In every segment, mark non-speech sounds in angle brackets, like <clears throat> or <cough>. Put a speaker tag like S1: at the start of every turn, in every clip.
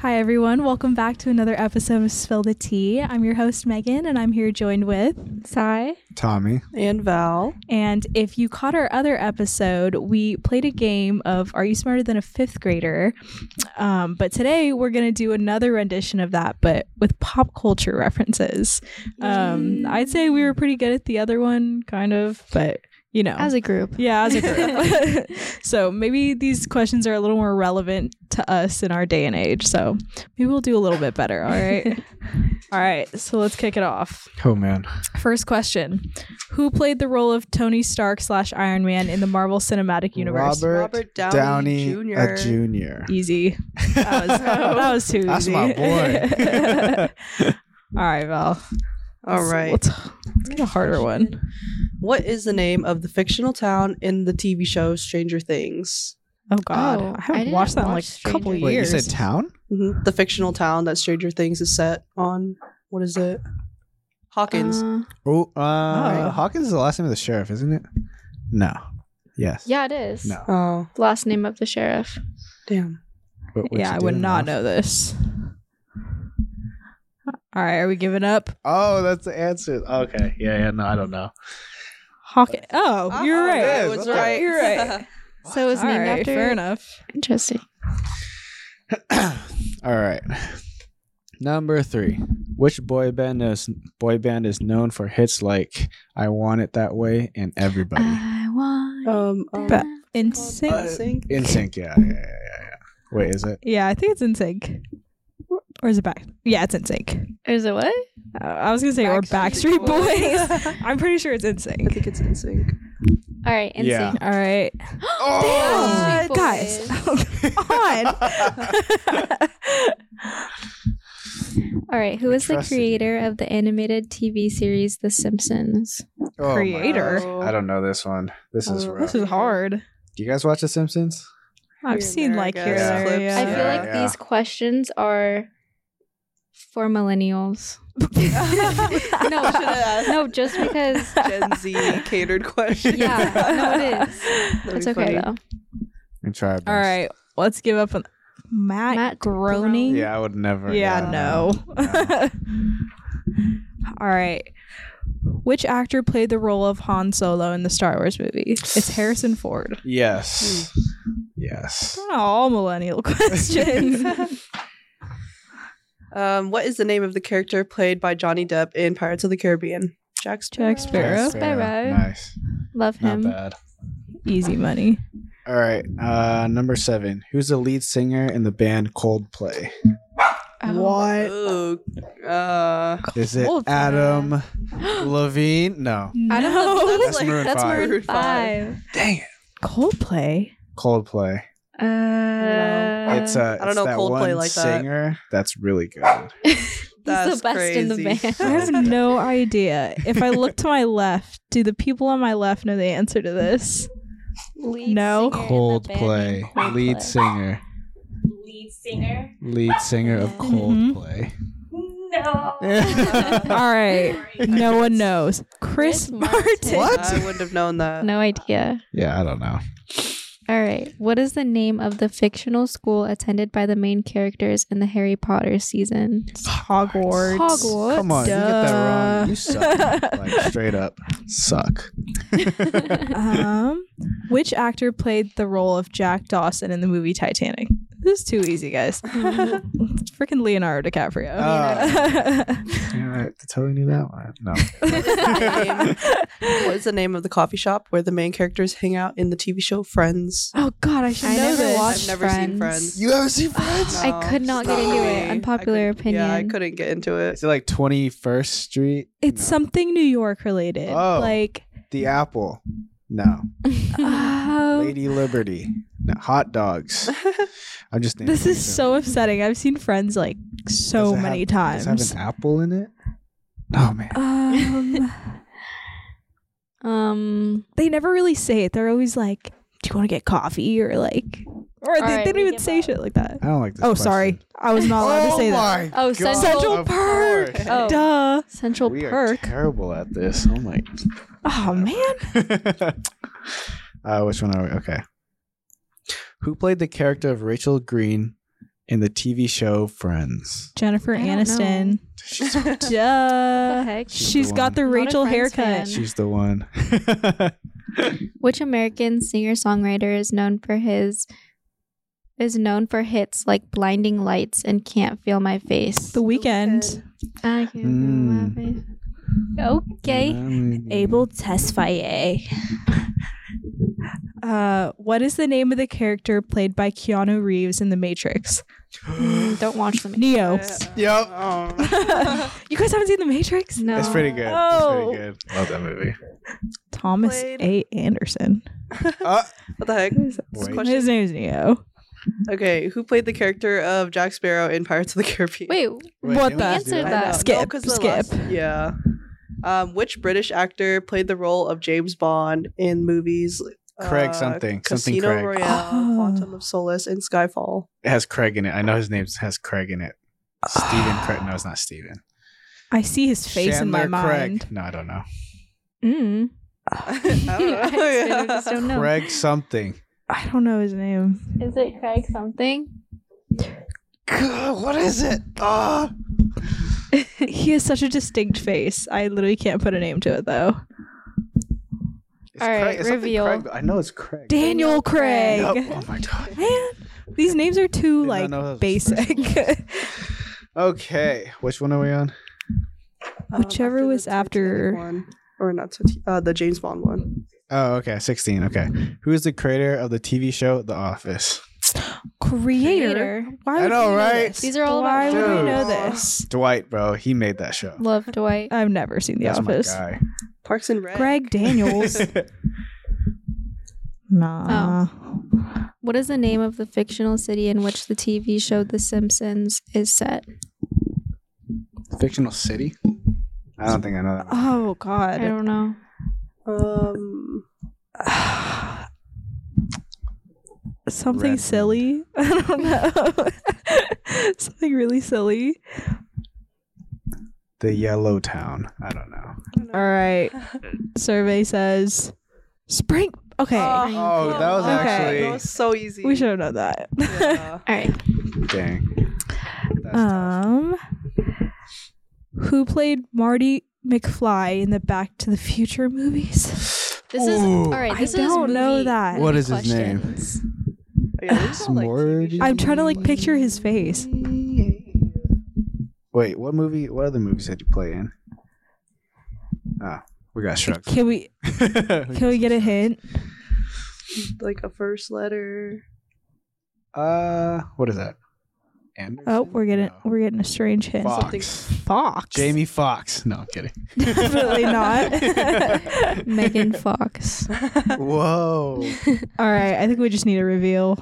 S1: Hi, everyone. Welcome back to another episode of Spill the Tea. I'm your host, Megan, and I'm here joined with Sai.
S2: Tommy.
S3: And Val.
S1: And if you caught our other episode, we played a game of Are You Smarter Than a Fifth Grader? Um, but today we're going to do another rendition of that, but with pop culture references. Um, I'd say we were pretty good at the other one, kind of, but you know.
S4: As a group.
S1: yeah,
S4: <laughs>
S1: as a group. <laughs> so maybe these questions are a little more relevant to us in our day and age. So maybe we'll do a little bit better. All
S4: <laughs>
S1: right. all right. So let's kick it off.
S2: Oh man.
S1: First question: Who played the role of Tony Stark slash Iron Man in the Marvel Cinematic Universe?
S2: Robert,
S3: Robert
S2: Downey,
S3: Downey
S2: a
S3: Jr..
S2: junior.
S1: <laughs>
S4: <laughs>
S1: Easy. That was,
S4: Oh.
S1: that was too
S2: That's
S1: easy.
S2: my boy.
S1: <laughs> All right, Val.
S3: All right.
S1: Let's, let's get a harder one.
S3: What is the name of the fictional town in the TV show Stranger Things?
S1: Oh God,
S4: Oh,
S1: I
S4: I
S1: haven't
S4: didn't
S1: watched that in like
S4: watch
S1: a couple
S4: Stranger
S2: Wait,
S1: years.
S2: you said town?
S3: Mhm. The fictional town that Stranger Things is set on. What is it? Hawkins.
S4: Uh,
S2: Oh, uh,
S1: Oh.
S2: Hawkins is the last name of the sheriff, isn't it? No. Yes.
S4: yeah, it is.
S2: No.
S3: oh,
S4: Last name of the sheriff.
S3: damn.
S2: But what
S1: yeah,
S2: you
S1: I
S2: do
S1: would
S2: in
S1: not
S2: Oz-
S1: know this. All right, are we giving up?
S2: Oh, that's the answer. Okay. Yeah. Yeah. No, I don't know.
S1: Hawking. Oh, you're
S3: Oh,
S1: right.
S3: I
S2: Yes,
S3: was
S2: okay.
S3: right.
S1: You're
S3: <laughs>
S1: right.
S4: So it was
S1: All
S4: named
S1: right,
S4: after.
S1: fair enough.
S4: Interesting.
S2: <clears throat> All right. Number three. Which boy band is boy band is known for hits like "I Want It That Way" and "Everybody"?
S4: I
S3: <laughs>
S4: want.
S3: um, um,
S4: <laughs>
S1: But-
S4: that.
S1: In
S3: In
S1: sync.
S2: Uh,
S3: Sync?
S2: In sync. Yeah. Yeah. Yeah. Yeah. yeah. Wait, is
S1: <laughs>
S2: it?
S1: yeah, I think it's in sync. Or is it back? Yeah, it's in sync.
S4: Is it what?
S1: Uh, I was gonna say or Backstreet <laughs> Boys. I'm pretty sure it's in <laughs>
S3: I
S1: sync.
S3: think it's in sync.
S4: All right. NSYNC. <gasps>
S2: Yeah.
S1: All right,
S2: Oh!
S4: Backstreet
S1: guys,
S2: <laughs>
S1: on.
S4: All right. Who is the
S2: Atrocity.
S4: creator of the animated TV series The Simpsons?
S2: Oh my
S1: Creator.
S2: gosh. <laughs> I don't know this one. This is
S3: Oh,
S1: <laughs>
S2: rough.
S1: this is hard.
S2: Do you guys watch The Simpsons?
S1: I've
S3: Here and
S1: seen
S3: there, I
S1: like here,
S3: guess.
S1: there,
S3: Clips,
S1: yeah.
S4: I feel
S2: Yeah.
S4: like
S2: Yeah.
S4: these questions are for millennials.
S1: uh, <laughs>
S3: no,
S4: No, no, just because.
S3: Gen Z catered question.
S1: <laughs>
S3: <laughs>
S4: Yeah, no, it is. It's okay though.
S2: And try. our
S1: All
S2: best.
S1: right, let's give up on Matt,
S4: Matt
S1: Groening.
S4: Groening.
S2: Yeah, I would never.
S1: Yeah, no. <laughs> All right. Which actor played the role of Han Solo in the Star Wars movie? It's Harrison Ford.
S2: Yes. Yes.
S1: Not all millennial <laughs>
S4: <laughs>
S1: questions.
S3: Um, what is the name of the character played by Johnny Depp in Pirates of the Caribbean? Jack Sparrow.
S1: Jack Sparrow.
S2: Yes,
S4: Sparrow.
S2: Nice.
S4: Love
S2: Not
S4: him.
S2: bad.
S1: Easy money.
S2: All right. Uh, number seven. Who's the lead singer in the band Coldplay?
S4: Oh.
S2: What
S3: Ooh, uh,
S2: is it?
S1: Oh, Coldplay.
S2: Adam Levine? No.
S4: Adam
S1: No.
S3: <laughs>
S4: Levine,
S2: That's
S4: like-
S2: Maroon
S4: that's
S2: five.
S4: Maroon
S3: Maroon five.
S4: Five.
S2: Dang it.
S1: Coldplay.
S2: Coldplay.
S4: Uh,
S2: it's uh,
S3: I don't
S2: it's
S3: know
S2: that
S3: Coldplay
S2: one
S3: like that.
S2: singer that's really good.
S3: That's
S4: <laughs> He's the best in the
S3: crazy.
S4: band.
S1: I have no idea. If I look to my left, do the people on my left know the answer to this?
S4: Lead
S1: No.
S4: singer in the band Coldplay.
S2: singer.
S5: lead singer.
S2: Lead singer of
S1: Mhm.
S2: Coldplay.
S1: <laughs> All right. <laughs> No one knows. Chris
S4: Chris Martin.
S1: Martin.
S2: What?
S3: I wouldn't have known that.
S4: No idea.
S2: Yeah, I don't know.
S4: All right. What is the name of the fictional school attended by the main characters in the Harry Potter <laughs> season?
S1: Hogwarts.
S4: Hogwarts.
S2: Come on, you get that wrong. You <laughs>
S1: Duh.
S2: suck. like straight up,
S1: <laughs>
S2: suck.
S1: um, which actor played the role of Jack Dawson in the movie Titanic? This is too easy,
S2: <laughs>
S1: guys. it's freaking Leonardo DiCaprio.
S2: Yeah, I totally knew that one. No. Ah. <laughs>
S3: What is the name of the coffee shop where the main characters hang out in the TV show Friends?
S1: oh God, I should
S4: I
S1: know
S4: never
S1: this.
S4: watched
S3: I've never seen
S4: Friends.
S3: Friends.
S2: you haven't seen Friends?
S4: I could not get
S3: stop
S4: into it.
S3: me.
S4: Unpopular
S3: I couldn't- Yeah, I
S4: opinion.
S3: couldn't get into it.
S2: Is it like 21st Street?
S1: It's
S2: No.
S1: something New York related.
S2: Oh. <laughs>
S1: Like
S2: The Apple. No.
S1: um,
S2: Lady Liberty. No. Hot dogs. I'm just naming
S1: this is
S2: things.
S1: so upsetting. I've seen Friends like
S2: Does
S1: so
S2: it have-
S1: many
S2: Does
S1: times.
S2: it have an apple in it? Oh man.
S1: Um,
S4: um,
S1: they never really say it. They're always like, "Do you want to get coffee?" or like, or they,
S4: right,
S1: they don't
S4: we
S1: even
S4: give
S1: say
S4: up.
S1: shit like that.
S2: I don't like this.
S1: Oh,
S2: question.
S1: sorry, I was not allowed to say that.
S2: my
S4: Oh,
S2: God,
S4: Central
S2: of
S1: Park.
S2: course.
S4: Oh.
S1: Duh.
S4: Central
S2: we
S4: Perk.
S2: are terrible at this. Oh my.
S1: Oh man.
S2: <laughs> uh, which one are we? Okay. Who played the character of Rachel Green in the TV show Friends?
S1: Jennifer
S4: I don't
S1: Aniston. <laughs>
S2: She's,
S4: <laughs> the
S1: Duh.
S4: heck?
S2: She's
S1: She's
S2: the
S1: got
S2: one.
S1: the
S4: Not a
S1: Rachel
S4: Friends
S1: haircut.
S4: fan.
S2: she's the
S1: <laughs>
S2: one.
S4: Which American singer songwriter is known for his is known for hits like Blinding Lights and Can't Feel My Face?
S1: The weekend.
S3: <laughs>
S2: Mm-hmm.
S4: I can't
S2: Mm.
S4: feel my face. Okay.
S1: Tesfaye. <laughs> Uh, what is the name of the character played by Keanu Reeves in The Matrix?
S4: Mm, Don't watch them.
S1: Neo.
S2: Yup.
S3: Um,
S1: <laughs> you guys haven't seen The Matrix?
S4: Uh. No.
S2: That's pretty good.
S1: Oh.
S2: That's pretty good. Love that movie.
S1: Thomas
S3: Played-
S1: A. Anderson.
S2: Uh,
S3: what the heck?
S2: wait.
S3: question-
S1: His name's Neo.
S3: Okay, who played the character of Jack Sparrow in Pirates of the Caribbean?
S4: Wait,
S2: Wait,
S1: what
S2: didn't
S1: the-
S2: we just do
S4: Answer
S3: I
S4: that.
S3: know.
S1: Skip,
S3: No, 'cause the
S1: skip.
S3: last- yeah. Um, which British actor played the role of James Bond in movies? uh,
S2: Craig something,
S1: Uh,
S2: something
S3: Casino
S2: Craig.
S3: Royale,
S1: Oh.
S3: Quantum of Solace, and Skyfall.
S2: It has Craig in it. I know his name has Craig in it. Steven Craig. No, it's not Steven.
S1: I see his face in my
S2: Chandler Craig.
S1: mind.
S2: No, I don't know.
S4: <laughs> Mm.
S3: <laughs> I
S4: I
S3: yeah.
S4: just don't know.
S2: Craig something.
S1: I don't know his
S4: <laughs>
S1: name.
S4: Is it Craig something?
S2: God, what is it? Ah.
S1: he has such a distinct face. I literally can't put a name to it though.
S2: It's
S4: All right,
S2: Craig- it's something
S4: reveal.
S2: Craig, but I know it's Craig.
S1: Daniel
S4: Daniel
S1: Craig.
S4: Craig.
S2: Yup. Oh my god.
S1: Man, these names are too
S2: Did not
S1: like
S2: know that was the first
S1: basic. <laughs>
S2: Okay, which one are we on?
S3: <laughs> Um,
S1: Whichever
S3: the
S1: was after-
S3: Titanic one, or not Titanic, uh, the James Bond one.
S2: Oh, okay, sixteen. Okay, who is the creator of the TV show The Office?
S1: Creator. Why
S2: I
S1: would
S2: know,
S1: we
S2: right?
S1: this?
S4: These are all
S1: Why
S4: about
S1: would we
S2: Dude.
S1: know this?
S2: Dwight, bro, he made that show.
S4: Love Dwight.
S1: I've never seen The
S2: That's
S1: Office.
S2: my guy.
S3: Parks and Rec.
S1: Greg
S2: <laughs>
S1: Daniels. nah.
S4: Oh. What is the name of the fictional city in which the TV show The Simpsons is set?
S2: Fictional city. I don't think I know that. one.
S1: Oh
S4: I
S1: God.
S4: don't know.
S3: Um,
S1: <sighs> Something
S2: Redmond.
S1: silly. <laughs> I don't know. <laughs> Something really silly.
S2: The Yellow Town. I don't know.
S1: All right. Survey says spring. Okay.
S3: Oh,
S2: Oh, that was
S1: Okay.
S2: actually
S3: that was so easy.
S1: we should have known that.
S3: Yeah.
S4: All right.
S2: dang. That's
S4: Uh,
S2: tough.
S1: <laughs> Um, who played Marty McFly in the Back to the Future movies?
S4: This is
S2: Ooh.
S4: all right.
S1: I
S4: This is
S1: don't know
S4: movie-
S1: that.
S2: What
S4: movie
S2: is his
S1: <laughs>
S2: name?
S4: questions.
S3: yeah, these are, like, TV shows.
S1: I'm trying to like picture his face.
S2: Wait, what movie? What other movies did you play in? Oh, we got shrugged.
S1: Can we <laughs> can we get a hint?
S3: like a
S2: <laughs>
S3: first letter.
S2: <laughs> Uh, what is that? Anderson?
S1: Oh, we're getting
S2: No.
S1: we're getting a strange hint.
S2: Fox.
S3: something-
S1: Fox.
S2: Jamie Fox. No, I'm kidding.
S1: <laughs> Definitely
S2: <laughs>
S1: not.
S4: Megan Fox.
S2: Whoa.
S1: <laughs> All right, I think we just need a reveal.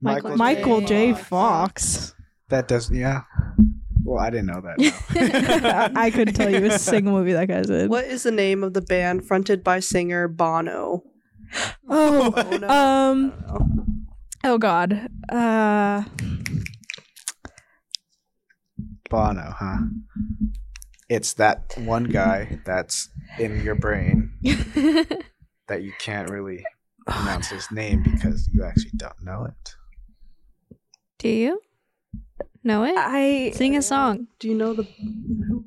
S4: Michael
S1: Michael J.
S3: Fox.
S1: Fox.
S2: That does. Yeah. Well, I didn't know that. no.
S1: <laughs> I couldn't tell
S2: <laughs>
S1: you a single movie that guy's in.
S3: What is the name of the band fronted by singer Bono?
S1: Oh,
S3: <laughs> <laughs> Oh, no. I
S1: <laughs> um.
S3: don't know.
S1: Oh God. Uh.
S2: Bono, huh? It's that one guy that's in your brain that you can't really pronounce his name because you actually don't know it.
S4: Do you know it?
S1: I
S4: Sing a song.
S3: Do you
S1: <laughs>
S3: know the?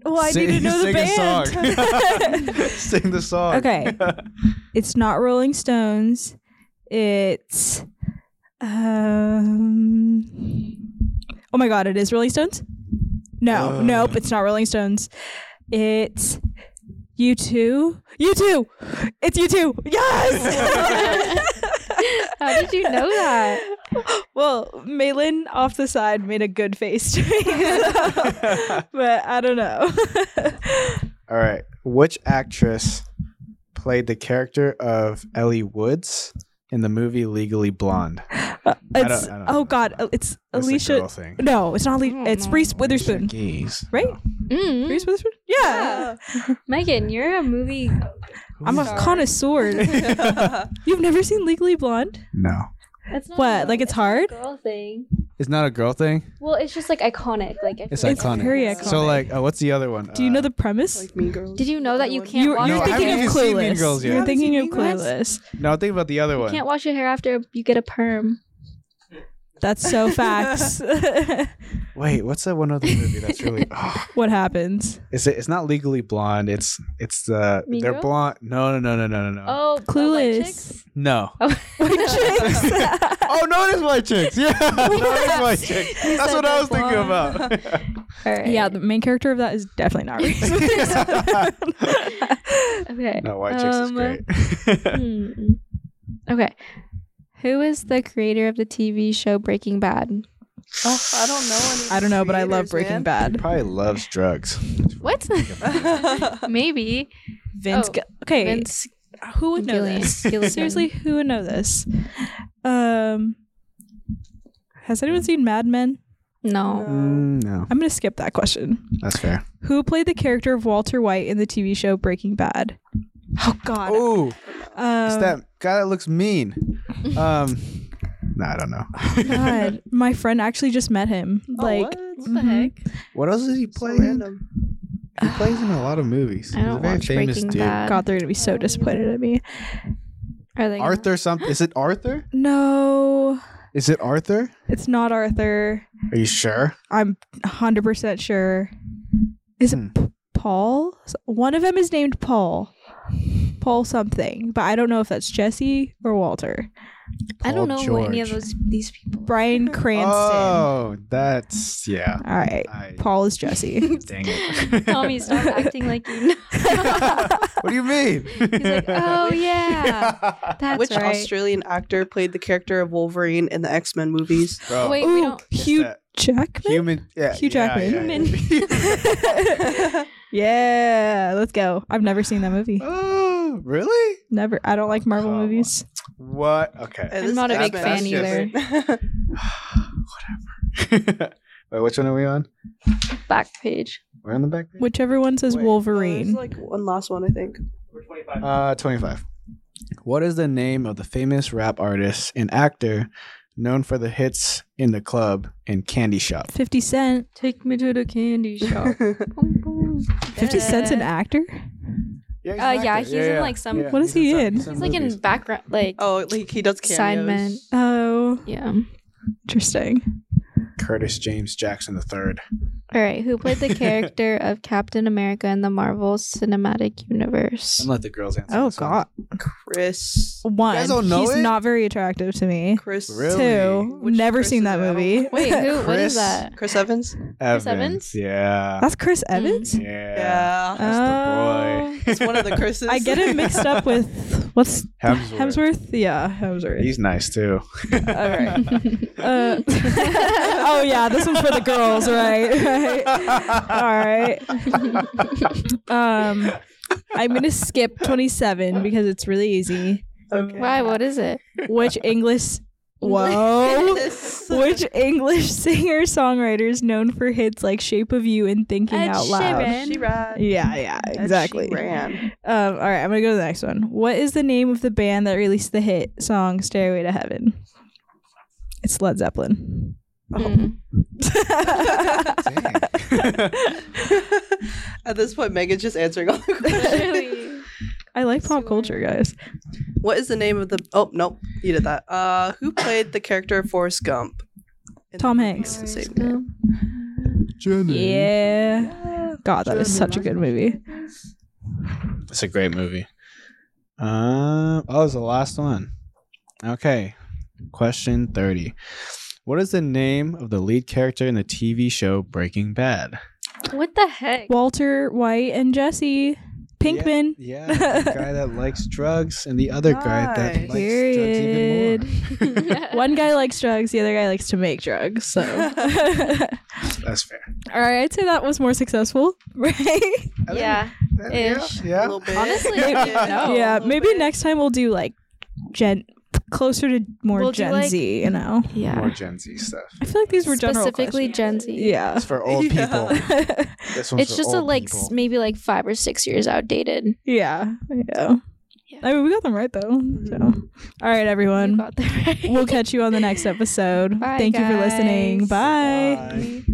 S1: Well, I need to know the band. <laughs>
S2: sing the song. <laughs>
S1: Okay. it's not Rolling Stones. It's um. Oh my God! It is Rolling Stones. No,
S2: Uh.
S1: nope. It's not Rolling Stones. It's you two. You two. It's you two. <laughs> Yes.
S4: How did you
S1: <laughs>
S4: know that?
S1: Well, Malin off the side made a good face to
S2: <laughs>
S1: me, so- but I don't know.
S2: All right. Which actress played the character of Ellie Woods in the movie Legally Blonde?
S1: Uh,
S2: don't-
S1: <laughs> it's
S2: I don't know.
S1: oh god, uh, it's
S2: That's the girl
S1: Alicia.
S2: thing.
S1: No, it's not.
S4: I
S1: Ali-
S4: don't
S1: it's
S4: know.
S1: Reese
S2: Alicia
S1: Witherspoon.
S2: Keys.
S1: Right?
S2: No.
S4: Mm.
S1: Reese Witherspoon. Yeah,
S4: Megan, you're a movie.
S2: Who
S1: I'm a
S2: is that?
S1: connoisseur.
S2: <laughs>
S1: <laughs> You've never seen Legally Blonde?
S2: No.
S4: That's not
S1: What, like it's hard?
S4: girl thing.
S2: It's not a girl thing.
S4: Well, it's just like iconic. Like I
S2: It's
S4: feel
S1: It's
S2: iconic.
S1: very
S3: So,
S1: iconic.
S2: So like, uh, what's the other one?
S1: do you know
S2: Uh,
S1: the premise?
S3: like Mean Girls.
S4: Did you know that you can't
S1: You,
S4: wash
S1: you're
S2: No,
S4: your
S2: I haven't
S1: thinking
S4: hair?
S2: even
S1: of
S2: seen Mean
S1: Clueless.
S2: Girls yet.
S1: You're thinking of
S3: What?
S1: Clueless.
S2: No, think about the other
S4: You
S2: one.
S4: can't wash your hair after you get a perm.
S1: That's
S2: <laughs>
S1: so facts. <laughs>
S2: Wait, what's that one other movie that's
S4: <laughs>
S2: really? Oh,
S1: what
S2: <laughs>
S1: happens?
S2: is it? It's not Legally Blonde. It's it's the
S4: Mean
S2: they're
S4: Girls?
S2: blonde. No, no, no, no, no, no, no.
S4: Oh,
S1: Clueless.
S2: No. <laughs>
S1: White chicks.
S2: Oh no, it is White Chicks. Yeah,
S4: <laughs>
S2: no, it is White Chicks.
S4: You
S2: That's
S4: said
S2: what I
S4: they're
S2: was thinking about.
S1: Yeah, the main character of that is definitely not
S4: <laughs>
S1: Reese.
S4: okay.
S2: <laughs> no, White Chicks
S4: Um,
S2: is
S4: <laughs>
S2: great. <laughs>
S4: hmm. <clears throat> Okay. Who is the creator of the TV show Breaking Bad?
S3: Oh, I don't
S4: <laughs>
S3: know.
S1: <laughs>
S3: Any
S1: I don't know, but I love Breaking
S3: creators,
S2: He
S1: Bad.
S2: probably loves drugs.
S4: What? <laughs>
S3: <laughs> man.
S4: Maybe.
S1: Vince.
S4: Oh,
S1: Gil- okay,
S4: Vince
S1: who would know
S4: Gillian.
S1: this?
S4: Gilligan.
S1: Seriously, who would know this? Um, has anyone seen Mad Men?
S4: No.
S2: Mm, no,
S1: I'm gonna skip that question.
S2: that's fair.
S1: Who played the character of Walter White in the TV show Breaking Bad? Oh God.
S2: Oh,
S1: um,
S2: it's that guy that looks mean.
S4: <laughs>
S2: Um, no, I don't know.
S1: <laughs> God, my friend actually just met him. <laughs> Like,
S3: what?
S4: What the heck?
S2: What else does he
S3: So
S2: play in?
S3: random.
S2: He plays in a lot of movies.
S4: I
S2: He's a
S4: don't
S2: very
S4: watch
S2: famous
S4: Breaking
S2: dude.
S4: Bad.
S1: God, they're gonna be so disappointed at me.
S4: Are they gonna-
S2: Arthur something. Is it Arthur?
S1: No,
S2: Is it Arthur?
S1: it's not Arthur.
S2: Are you sure?
S1: I'm 100 percent sure. Is it
S2: Hmm.
S1: P- Paul? S- One of them is named Paul. Paul something, but I don't know if that's Jesse or Walter.
S4: I don't know
S2: Paul
S4: who any of
S2: George.
S4: those these
S2: <laughs>
S4: people. are. <laughs>
S1: Brian Cranston.
S2: Oh, that's yeah.
S1: All right,
S2: I,
S1: Paul is
S4: <laughs>
S1: Jesse.
S2: dang
S1: <laughs>
S2: it. <laughs>
S4: Tommy, stop acting like you know.
S2: what do you mean?
S4: He's
S2: <laughs>
S4: like, oh <laughs> yeah, that's
S3: Which
S4: right.
S3: Australian actor played the character of Wolverine in the X Men movies?
S2: Bro,
S4: Wait, we
S1: Ooh,
S4: don't.
S2: it's
S1: Hugh
S2: that
S1: Jackman.
S2: Human. Yeah,
S1: Hugh
S2: yeah,
S1: Jackman.
S2: yeah, yeah. <laughs>
S4: <laughs>
S1: yeah, let's go. I've never seen that movie.
S2: <laughs> oh, really?
S1: Never. I don't like Marvel
S2: Come on.
S1: movies.
S2: What? Okay. <laughs>
S3: And
S4: I'm
S3: this
S4: not a big
S3: X-Men
S2: fan
S1: <laughs>
S3: is-
S2: Whatever. Wait, which one are we on?
S4: Back page.
S2: We're on the back. page?
S1: Whichever one says
S2: Wait,
S3: There's
S1: Wolverine.
S3: like one last one, I think.
S2: Uh, 25. What is the name of the famous rap artist and actor known for the hits in the club and candy shop?
S1: 50 Cent.
S4: Take me to the candy <laughs> shop. Boom, boom.
S1: 50 Cent's an actor?
S2: Yeah,
S4: Uh, yeah, he's in, like, some-
S1: What is he in?
S4: He's like in background, like
S3: <laughs> oh, like he does cameos.
S4: Sidemen.
S1: Oh,
S4: yeah.
S1: interesting.
S2: Curtis James Jackson III.
S4: All right, who played the
S2: <laughs>
S4: character of Captain America in the Marvel Cinematic Universe?
S2: And let the girls answer.
S1: Oh,
S2: this one.
S1: God.
S3: Chris.
S1: One,
S2: guys don't know
S1: he's
S2: it?
S1: not very attractive to me.
S3: Chris.
S2: Really?
S1: Two,
S3: Which
S1: never
S3: Chris
S1: seen
S3: is
S1: that
S3: out?
S1: movie.
S4: Wait, who? What
S2: Chris-
S4: is
S2: <laughs>
S4: that?
S3: Chris Evans.
S2: Evans.
S4: Evans?
S2: Yeah.
S1: <laughs> That's Chris
S4: Mm.
S1: Evans?
S2: yeah.
S3: yeah.
S2: That's
S1: Oh.
S4: <laughs>
S2: the boy.
S3: It's one of
S1: <laughs>
S3: the Chris's.
S1: I get him mixed up
S2: <laughs>
S1: with what's
S2: Hemsworth.
S1: Hemsworth? Yeah, Hemsworth.
S2: He's nice
S4: <laughs>
S2: too.
S1: All
S2: <laughs>
S1: right. Uh, <laughs> oh yeah, this one's for the girls, right? <laughs> right. All right. Um, I'm gonna skip 27 because it's really easy.
S3: <laughs> Okay.
S4: Why? What is it?
S1: Which English? <laughs>
S3: <laughs>
S4: <laughs>
S1: Whoa.
S3: This-
S1: Which English singer songwriter is known for hits like "Shape of You" and "Thinking
S4: Ed
S1: Out Loud"?
S4: Sheeran.
S3: She ran.
S1: Yeah, yeah,
S3: And
S1: exactly.
S3: She ran.
S1: <laughs> Um, all right, I'm gonna go to the next one. What is the name of the band that released the hit song "Stairway to Heaven"? It's Led Zeppelin.
S2: Oh. <laughs>
S4: Mm.
S3: At this point, Megan's just answering all
S4: <laughs>
S3: the questions.
S4: Really?
S1: <laughs> I like pop culture, guys.
S3: what is the name of the? Oh nope, you did that. Uh, who played the character of Forrest Gump? In
S1: Tom
S3: the
S1: Hanks.
S3: movies? Same name.
S4: Um, <laughs>
S2: Jenny.
S1: Yeah. God, that is such a good movie.
S2: It's a great movie. Um, oh, it's the last one. Okay. Question 30. What is the name of the lead character in the TV show Breaking Bad?
S4: What the heck? <laughs>
S1: Walter White and Jesse Pinkman.
S2: Yeah, the guy
S4: <laughs>
S2: that likes drugs and the other guy that
S3: Nice.
S2: likes drugs even more.
S1: One guy likes drugs, the other guy likes to make drugs. So,
S4: <laughs>
S1: all
S2: That's fair.
S1: right, I'd say that was more successful, <laughs> right?
S4: yeah. Ish.
S2: Yeah.
S3: A
S2: yeah.
S3: little bit.
S4: Honestly,
S1: Maybe-
S4: I don't know.
S1: yeah,
S3: A little
S1: maybe
S3: bit.
S1: next time we'll do like gen closer to more
S4: We'll do,
S1: Gen
S4: like-
S1: Z. You know,
S4: Yeah.
S2: More Gen Z stuff.
S1: I feel like these were general
S4: Specifically Gen Z.
S1: questions. Yeah. <laughs>
S2: It's for
S4: <laughs>
S2: old
S3: Yeah.
S2: people. This one's
S4: It's
S2: for
S4: just a
S2: old
S4: like
S2: people.
S4: s maybe like five or six years outdated.
S1: yeah, yeah, I mean, we got them right though.
S3: Mm-hmm.
S1: So, all right, everyone.
S4: You Mm-hmm. got that right. <laughs>
S1: we'll catch you on the next episode.
S4: Bye,
S1: Thank you for listening.
S4: guys.
S1: Bye.
S2: Bye.